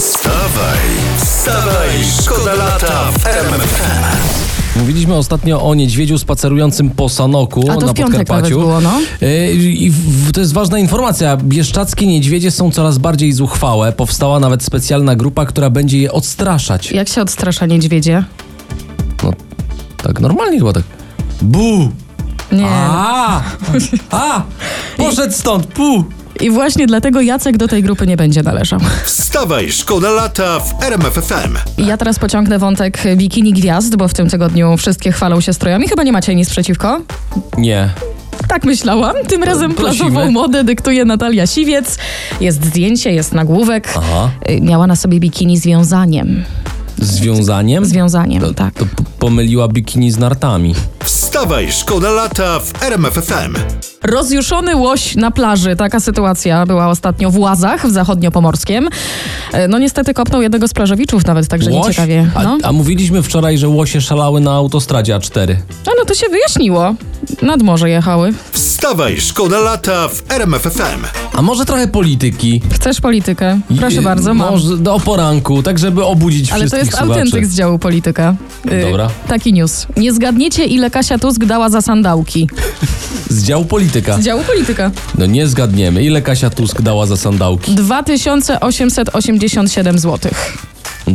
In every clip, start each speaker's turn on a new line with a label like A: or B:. A: Wstawaj, wstawaj, szkoda lata w RMFFM.
B: Mówiliśmy ostatnio o niedźwiedziu spacerującym po Sanoku
C: A to
B: na
C: w piątek nawet
B: Podkarpaciu.
C: było, no.
B: Y, I w- to jest ważna informacja. Bieszczackie niedźwiedzie są coraz bardziej zuchwałe. Powstała nawet specjalna grupa, która będzie je odstraszać.
C: Jak się odstrasza niedźwiedzie?
B: No, tak normalnie chyba tak. Bu!
C: Nie.
B: A! A! Poszedł stąd! Bu!
C: I właśnie dlatego Jacek do tej grupy nie będzie należał.
A: Wstawaj, szkoda lata w RMFFM.
C: I ja teraz pociągnę wątek bikini gwiazd, bo w tym tygodniu wszystkie chwalą się strojami. Chyba nie macie nic przeciwko?
B: Nie.
C: Tak myślałam. Tym razem
B: prosimy.
C: plażową modę dyktuje Natalia Siwiec. Jest zdjęcie, jest nagłówek.
B: Aha.
C: Y, Miała na sobie bikini z wiązaniem.
B: Związaniem?
C: Związaniem, tak.
B: To p- pomyliła bikini z nartami.
A: Wstawaj, szkoda lata w RMFFM.
C: Rozjuszony łoś na plaży. Taka sytuacja była ostatnio w Łazach, w zachodniopomorskiem. Y, No niestety kopnął jednego z plażowiczów nawet, także
B: Łoś?
C: nieciekawie.
B: A,
C: No.
B: a mówiliśmy wczoraj, że łosie szalały na autostradzie A4.
C: A no to się wyjaśniło. Nad morze jechały.
A: Wstawaj, szkoda lata w RMFFM.
B: A może trochę polityki?
C: Chcesz politykę? Proszę
B: I-
C: bardzo, mam.
B: Może do poranku, tak żeby obudzić
C: Ale to
B: wszystkich
C: jest
B: słuchaczy.
C: autentyk z działu polityka. Y,
B: Dobra.
C: Taki news. Nie zgadniecie, ile Kasia Tusk dała za sandałki.
B: Z działu polityka.
C: Z działu polityka.
B: No nie zgadniemy, ile Kasia Tusk dała za sandałki.
C: 2887 zł.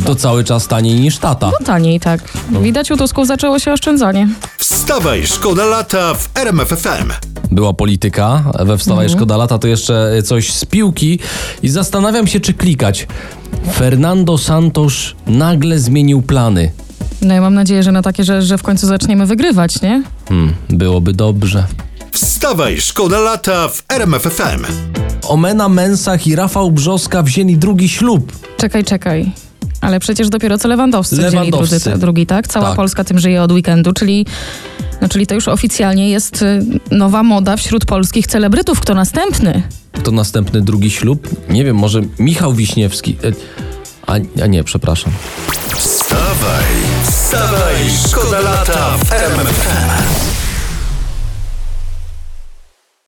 B: To cały czas taniej niż tata.
C: No taniej, tak. Widać u Tusków zaczęło się oszczędzanie.
A: Wstawaj, szkoda lata w RMFFM.
B: Była polityka we Wstawaj
C: Mhm.
B: Szkoda Lata, to jeszcze coś z piłki i zastanawiam się, czy klikać. Fernando Santos nagle zmienił plany.
C: No i mam nadzieję, że na takie, że, że w końcu zaczniemy wygrywać, nie?
B: Hmm, byłoby dobrze.
A: Wstawaj, szkoda lata w RMFFM.
B: Omena Mensach i Rafał Brzoska wzięli drugi ślub.
C: Czekaj, czekaj. Ale przecież dopiero co Lewandowscy,
B: Lewandowscy.
C: wzięli drugi, drugi, tak? Cała
B: Tak.
C: Polska tym żyje od weekendu, czyli, no, czyli to już oficjalnie jest y, nowa moda wśród polskich celebrytów. Kto następny?
B: To następny drugi ślub? Nie wiem, może Michał Wiśniewski. E, A, a nie, przepraszam.
A: Wstawaj, wstawaj, szkoda lata w RMFFM.